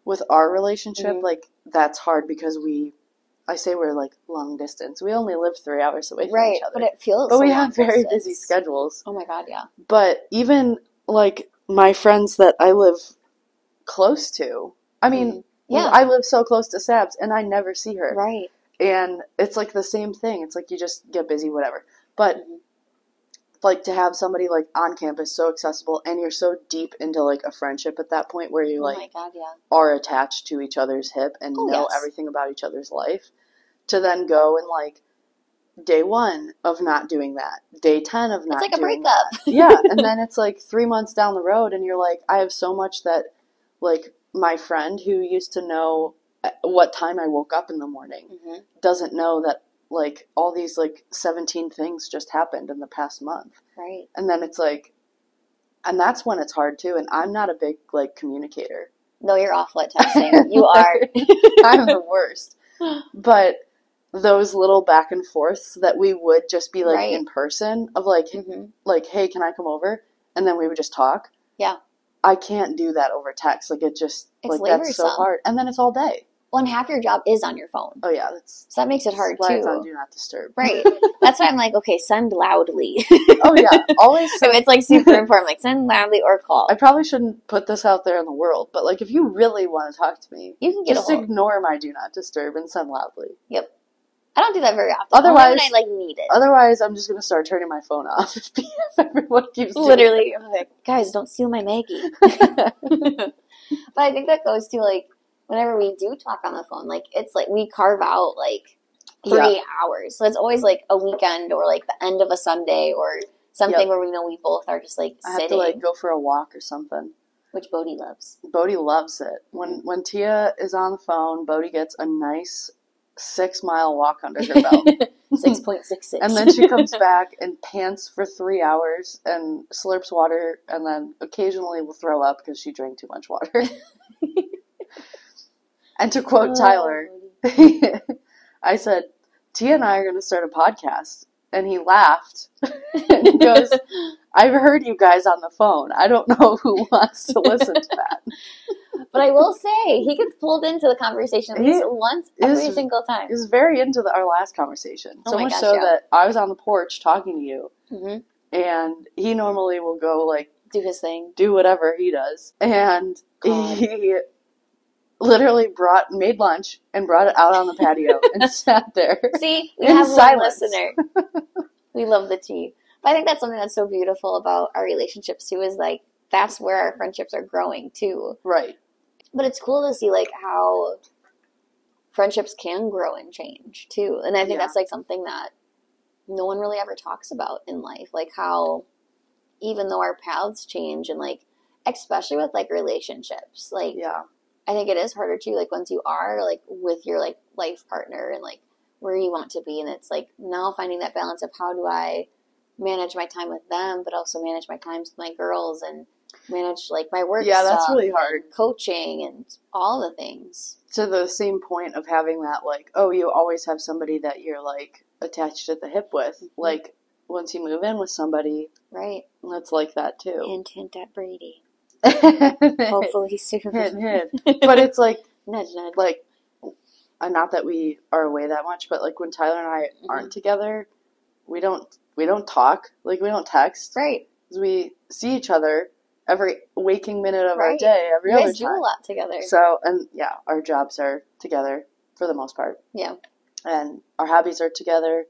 C: with our relationship
B: Mhm.
C: like that's hard because we i say we're like long distance we only live three hours away from
B: Right.
C: each other
B: But it feels
C: but we
B: so
C: have
B: long
C: very
B: distance.
C: busy schedules
B: Oh my god, yeah.
C: but even like my friends that i live close to i mean
B: Mm-hmm. Yeah.
C: i live so close to sabs and i never see her
B: Right.
C: and it's like the same thing it's like you just get busy whatever but
B: Mhm.
C: like to have somebody like on campus so accessible and you're so deep into like a friendship at that point where you
B: Oh
C: like
B: my god, yeah.
C: are attached to each other's hip and
B: Oh,
C: know
B: yes.
C: everything about each other's life to then go and like day one of not doing that day 10 of not
B: It's like a
C: doing
B: breakup.
C: yeah and then it's like three months down the road and you're like i have so much that like my friend who used to know uh, what time i woke up in the morning
B: Mhm.
C: doesn't know that like all these like 17 things just happened in the past month
B: Right.
C: and then it's like and that's when it's hard too and i'm not a big like communicator
B: No, you're awful at texting. You are.
C: i'm the worst but those little back and forths that we would just be like
B: Right.
C: in person of like
B: hmm
C: like, hey, can I come over? And then we would just talk.
B: Yeah.
C: I can't do that over text. Like it just
B: It's
C: like that's so
B: laborsome.
C: hard. And then it's all day.
B: Well, and half your job is on your phone,
C: Oh yeah, that's
B: so that makes it hard
C: that's why It's on
B: too.
C: do not disturb.
B: Right. That's why I'm like, okay, send loudly.
C: oh yeah, always.
B: so it's like super important. Like send loudly or call.
C: I probably shouldn't put this out there in the world, but like if you really want to talk to me,
B: You can get a
C: just
B: hold.
C: ignore my do not disturb and send loudly.
B: I don't do that very often.
C: Otherwise-
B: Only when I like need it.
C: Otherwise, I'm just gonna start turning my phone off if everyone keeps doing
B: Literally, I'm like, guys, don't steal my Maggie.
C: it.
B: But I think that goes to like whenever we do talk on the phone, like it's like we carve out like three hours. So it's always like a weekend or like the end of a Sunday or something
C: Yep.
B: where we know we both are just like
C: I have to
B: sitting,
C: like go for a walk or something.
B: which Bodhi loves.
C: Bodhi loves it. When when Tia is on the phone, Bodhi gets a nice six mile walk under her belt.
B: Six point six six.
C: and then she comes back and pants for three hours and slurps water and then occasionally will throw up because she drank too much water. and to
B: Oh.
C: quote Tyler, I said, Tia and I are going to start a podcast. And he laughed and he goes, I've heard you guys on the phone. I don't know who wants to listen to that.
B: But I will say, he gets pulled into the conversation at
C: He
B: least once
C: is-
B: every single time.
C: He was very into the, our last conversation.
B: Oh
C: so
B: my
C: much
B: gosh,
C: so
B: yeah.
C: that I was on the porch talking to you,
B: hmm
C: and he normally will go like
B: Do his thing.
C: Mm-hmm. do whatever he does, and
B: God.
C: he literally brought made lunch and brought it out on the patio and sat there.
B: See, we
C: In
B: have one
C: silence.
B: listener. we love the tea. But I think that's something that's so beautiful about our relationships too. Is like that's where our friendships are growing too.
C: Right.
B: But it's cool to see like how friendships can grow and change too. And I think
C: Yeah.
B: that's like something that no one really ever talks about in life, like how even though our paths change and like especially with like relationships, like
C: Yeah.
B: I think it is harder too, like once you are like with your like life partner and like where you want to be and it's like now finding that balance of how do I manage my time with them but also manage my times with my girls and manage like my work
C: Yeah, that's
B: stuff,
C: really hard.
B: coaching and all the things.
C: To the same point of having that like, oh, you always have somebody that you're like attached at the hip
B: Mm-hmm.
C: with. Like once you move in with somebody,
B: Right.
C: that's like that too.
B: Hint hint at Brady.
C: Hint,
B: Hopefully soon.
C: hint. But it's like
B: nudge nudge.
C: like uh, not that we are away that much but like when tyler and i
B: Mm-hmm.
C: aren't together we don't we don't talk like we don't text
B: Right.
C: we see each other every waking minute of our
B: Right.
C: day, every
B: You
C: other
B: guys do
C: time.
B: a lot together.
C: So, and yeah, our jobs are together for the most part,
B: yeah.
C: and our hobbies are together.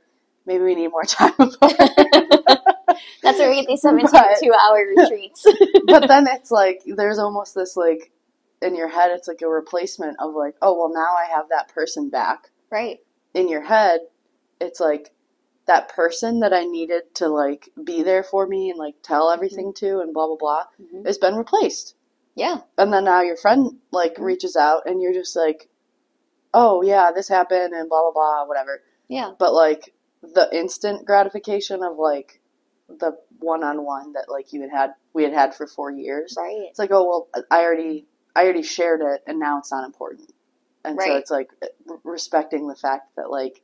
C: Maybe we need more time apart.
B: That's where we get these seven
C: But-
B: two hour retreats.
C: but then it's like there's almost this like in your head it's like a replacement of like oh well now i have that person back
B: right.
C: in your head it's like that person that i needed to like be there for me and like tell everything to and blah blah blah
B: Mhm.
C: has been replaced
B: Yeah.
C: and then now your friend like
B: Mhm.
C: reaches out and you're just like oh yeah this happened and blah blah blah whatever
B: Yeah.
C: but like the instant gratification of like the one-on-one that like you had had we had had for four years
B: Right.
C: it's like oh well i already i already shared it and now it's not important and so
B: Right.
C: it's like respecting the fact that like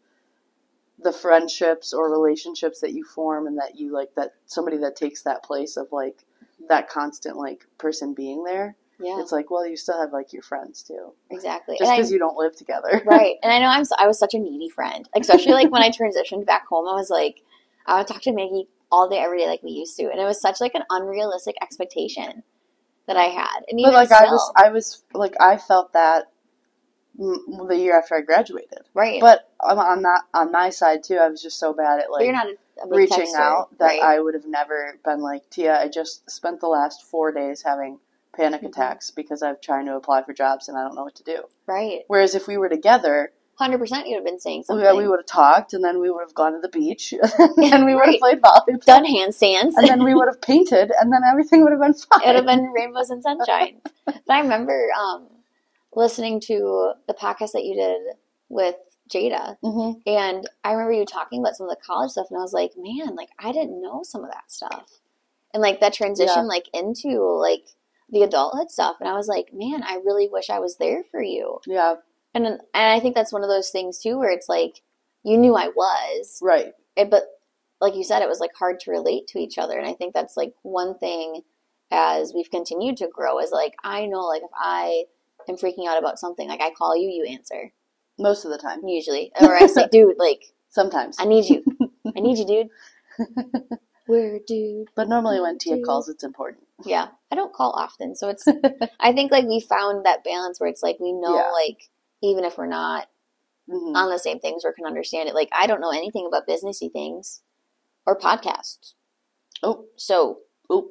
C: the friendships or relationships that you form and that you like that somebody that takes that place of like that constant like person being there
B: Mm-hmm. Yeah.
C: it's like well you still have like your friends too
B: Exactly.
C: just
B: And I-
C: because you don't live together
B: right. And I know I'm so, I was such a needy friend, Like, especially like when I transitioned back home. I was like, I would talk to Maggie all day, every day, like we used to, and it was such like an unrealistic expectation that I had. And even
C: but like i
B: still,
C: was i was like i felt that mm, the year after i graduated
B: right.
C: but um, on that on my side too i was just so bad at
B: But
C: like
B: you're not a, a big
C: reaching
B: texter,
C: out that
B: right?
C: I would have never been like, Tia, I just spent the last four days having panic
B: Mhm.
C: attacks because I'm trying to apply for jobs and I don't know what to do.
B: right.
C: Whereas if we were together,
B: Hundred percent, you'd have been saying
C: we,
B: something.
C: we would have talked and then we would have gone to the beach and we would have
B: Right.
C: played volleyball.
B: done handstands.
C: and then we would have painted and then everything would have been fine.
B: It would have been rainbows and sunshine. but I remember um, listening to the podcast that you did with Jada,
C: Mhm.
B: and I remember you talking about some of the college stuff, and I was like, man, like I didn't know some of that stuff, and like that
C: Yeah.
B: transition, like into like the adulthood stuff, and I was like, man, I really wish I was there for you,
C: Yeah,
B: and and I think that's one of those things too, where it's like you knew I was,
C: right.
B: it, but like you said, it was like hard to relate to each other. And I think that's like one thing as we've continued to grow is like, I know, like, if I am freaking out about something, like, I call you, you answer
C: Most of the time.
B: usually. Or I say, dude, like,
C: Sometimes.
B: I need you. I need you, dude. Where, dude?
C: But normally when Tia
B: Dude.
C: calls, it's important.
B: Yeah. I don't call often. So it's, I think like we found that balance where it's like, we know,
C: Yeah.
B: like, even if we're not
C: Mhm.
B: on the same things or can understand it, like, I don't know anything about businessy things or podcasts.
C: Oh,
B: So
C: oh.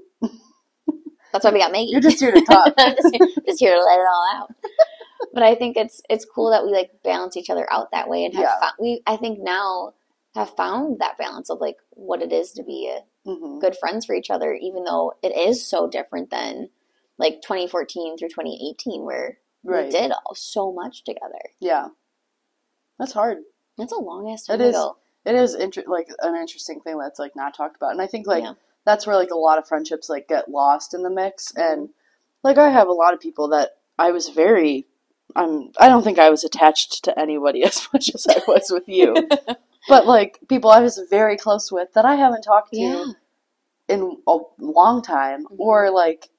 B: that's why we got Maggie.
C: You're just here to talk.
B: I'm just, just here to let it all out. But I think it's it's cool that we like balance each other out that way and have
C: Yeah.
B: fo- we I think now have found that balance of like what it is to be uh,
C: hmm
B: good friends for each other, even though it is so different than like 2014 through 2018 where
C: Right.
B: we did all, so much together.
C: Yeah. That's hard.
B: That's a long ass time
C: It is.
B: ago.
C: it is inter- like an interesting thing that's like not talked about and i think like
B: Yeah.
C: that's where like a lot of friendships like get lost in the mix and like i have a lot of people that i was very i'm i don't think i was attached to anybody as much as i was with you but like people i was very close with that i haven't talked to
B: Yeah.
C: in a long time
B: Mhm.
C: or like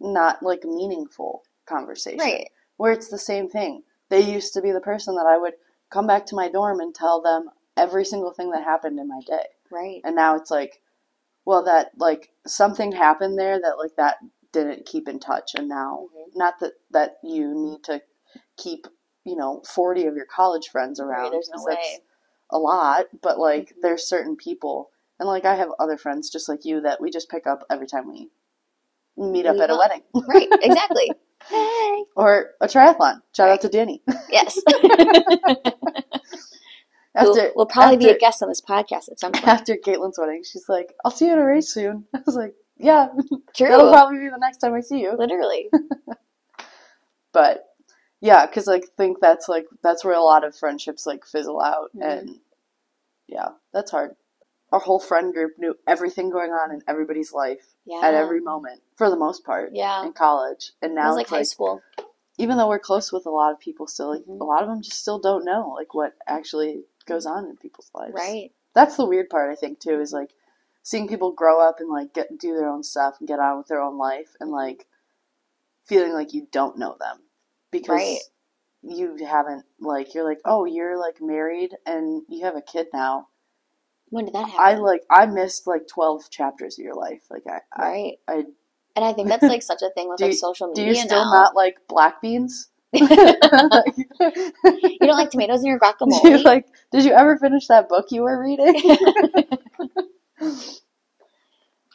C: not like meaningful conversation
B: Right.
C: where it's the same thing. They used to be the person that I would come back to my dorm and tell them every single thing that happened in my day.
B: Right.
C: And now it's like, well, that like something happened there that like that didn't keep in touch. And now, not that that you need to keep, you know, 40 of your college friends around.
B: Right, there's no
C: 'cause that's
B: way. Mm-hmm.
C: a lot, but like there's certain people. And like I have other friends just like you that we just pick up every time we meet up
B: Meet
C: at a
B: up.
C: wedding
B: right. Exactly. Hey.
C: or a triathlon. Shout out
B: Right.
C: to Danny.
B: Yes.
C: After,
B: we'll, we'll probably be a
C: after-
B: guest on this podcast at some point.
C: after Caitlin's wedding, she's like, I'll see you at a race soon. I was like, yeah, that'll
B: True.
C: probably be the next time I see you.
B: Literally.
C: But yeah, because like think that's like that's where a lot of friendships like fizzle out,
B: Mhm.
C: and yeah, that's hard. Our whole friend group knew everything going on in everybody's life
B: Yeah.
C: at every moment, for the most part,
B: Yeah.
C: in college. And
B: It
C: now
B: was
C: it's like,
B: like high school.
C: even though we're close with a lot of people, still like
B: Mhm.
C: a lot of them just still don't know like what actually goes on in people's lives,
B: Right.
C: that's the weird part I think too is like seeing people grow up and like get do their own stuff and get on with their own life and like feeling like you don't know them because
B: Right.
C: you haven't like you're like oh you're like married and you have a kid now
B: When did that happen?
C: I like I missed like 12 chapters of your life like I
B: right.
C: I, I
B: And I think that's like such a thing with
C: Do
B: like
C: you-
B: social
C: Do
B: media
C: you still
B: now.
C: not like black beans?
B: you don't like tomatoes in your
C: Do
B: guacamole.
C: you like? Did you ever finish that book you were reading?
B: but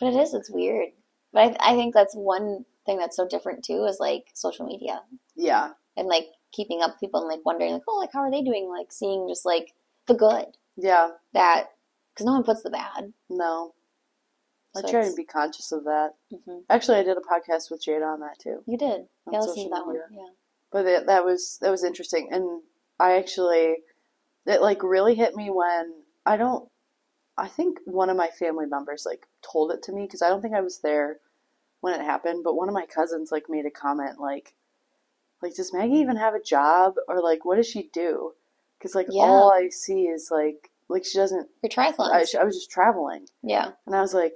B: it is. It's weird. But I, I think that's one thing that's so different too is like social media
C: yeah,
B: and like keeping up with people and like wondering like oh like how are they doing like seeing just like the good
C: yeah,
B: that because no one puts the bad.
C: no. I
B: So
C: try
B: it's-
C: and be conscious of that.
B: Mhm.
C: Actually, I did a podcast with Jada on that too.
B: You did.
C: On
B: Yeah, I listened
C: social
B: to that
C: media.
B: one.
C: But it, that was that was interesting, and I actually it like really hit me when I don't. I think one of my family members like told it to me because I don't think I was there when it happened, but one of my cousins like made a comment like, like does Maggie even have a job or like what does she do? Because like
B: Yeah.
C: all I see is like like she doesn't.
B: Yeah, your triathlons.
C: I, I was just traveling.
B: yeah,
C: And I was like,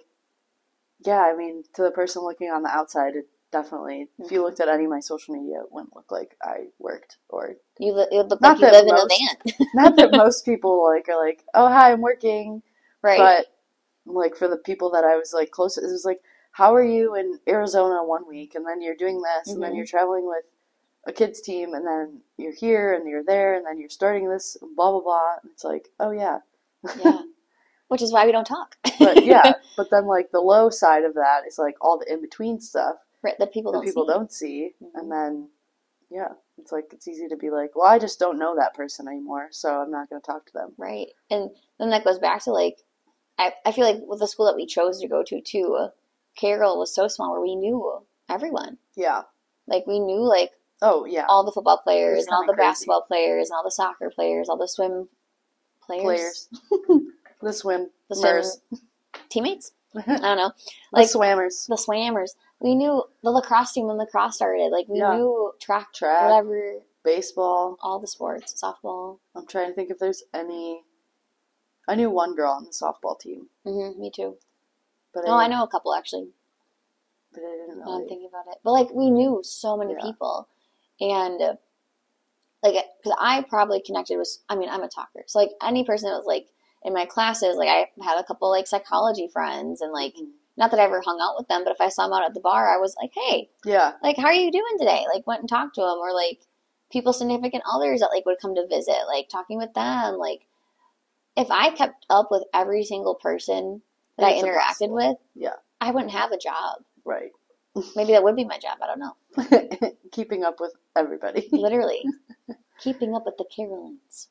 C: yeah, I mean, to the person looking on the outside, it definitely, if you looked at any of my social media, it wouldn't look like I worked. Or
B: you li- it looked
C: Not
B: like you
C: that
B: live in a
C: most-
B: van,
C: not that most people like are like, oh, hi, I'm working.
B: right?
C: But like for the people that I was like close, it was like, how are you in Arizona one week, and then you're doing this, and then
B: Mhm.
C: you're traveling with a kids team, and then you're here, and you're there, and then you're starting this, blah blah blah. And it's like, oh yeah,
B: yeah, which is why we don't talk.
C: but yeah, but then like the low side of that is like all the in between stuff.
B: right, that people
C: that
B: don't
C: people
B: see.
C: don't see Mm-hmm.
B: Mhm.
C: and then yeah it's like it's easy to be like well i just don't know that person anymore so i'm not going to talk to them
B: Right. And then that goes back to like, I, I feel like with the school that we chose to go to too, Carroll was so small where we knew everyone.
C: yeah
B: Like we knew like
C: oh yeah
B: all the football players
C: It's
B: and all
C: kinda
B: the
C: crazy.
B: basketball players and all the soccer players, all the swim players,
C: players the swim
B: the
C: mers.
B: swim teammates. I
C: the
B: don't know. Like
C: swammers
B: the swammers. We knew the lacrosse team when lacrosse started. Like we
C: Yeah.
B: knew track,
C: Track.
B: whatever,
C: baseball
B: all the sports, softball.
C: i'm trying to think if there's any i knew one girl on the softball team
B: hmm me too.
C: but
B: Oh, I know a couple actually.
C: but i didn't
B: Now I'm
C: know
B: thinking about it. But like we knew so many
C: Yeah.
B: people, and uh, like because I probably connected with. I mean, I'm a talker, so like any person that was like in my classes, like I had a couple like psychology friends, and like
C: Mhm.
B: not that I ever hung out with them, but if I saw them out at the bar, I was like, hey,
C: yeah
B: like how are you doing today? Like went and talked to them, or like people significant others that like would come to visit, like talking with them, like. If I kept up with every single person that I
C: It's
B: interacted
C: impossible.
B: with,
C: Yeah.
B: I wouldn't have a job.
C: right
B: Maybe that would be my job. I don't know.
C: keeping up with everybody
B: Literally. Keeping up with the Carolines.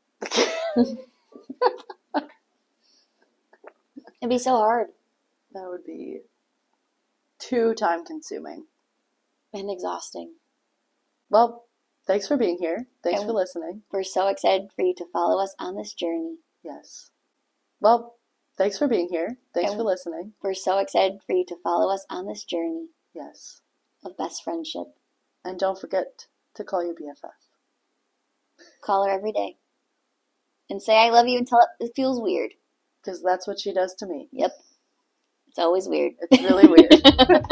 B: It'd be so hard
C: that would be too time consuming
B: and exhausting.
C: Well, thanks for being here. Thanks
B: And-
C: for listening.
B: We're so excited for you to follow us on this journey.
C: Yes. Well, thanks for being here. Thanks
B: And-
C: for listening.
B: We're so excited for you to follow us on this journey
C: Yes.
B: of best friendship.
C: And don't forget to call your BFF.
B: Call her every day and say, I love you until it feels weird.
C: Because that's what she does to me.
B: Yep. It's always weird.
C: It's really weird.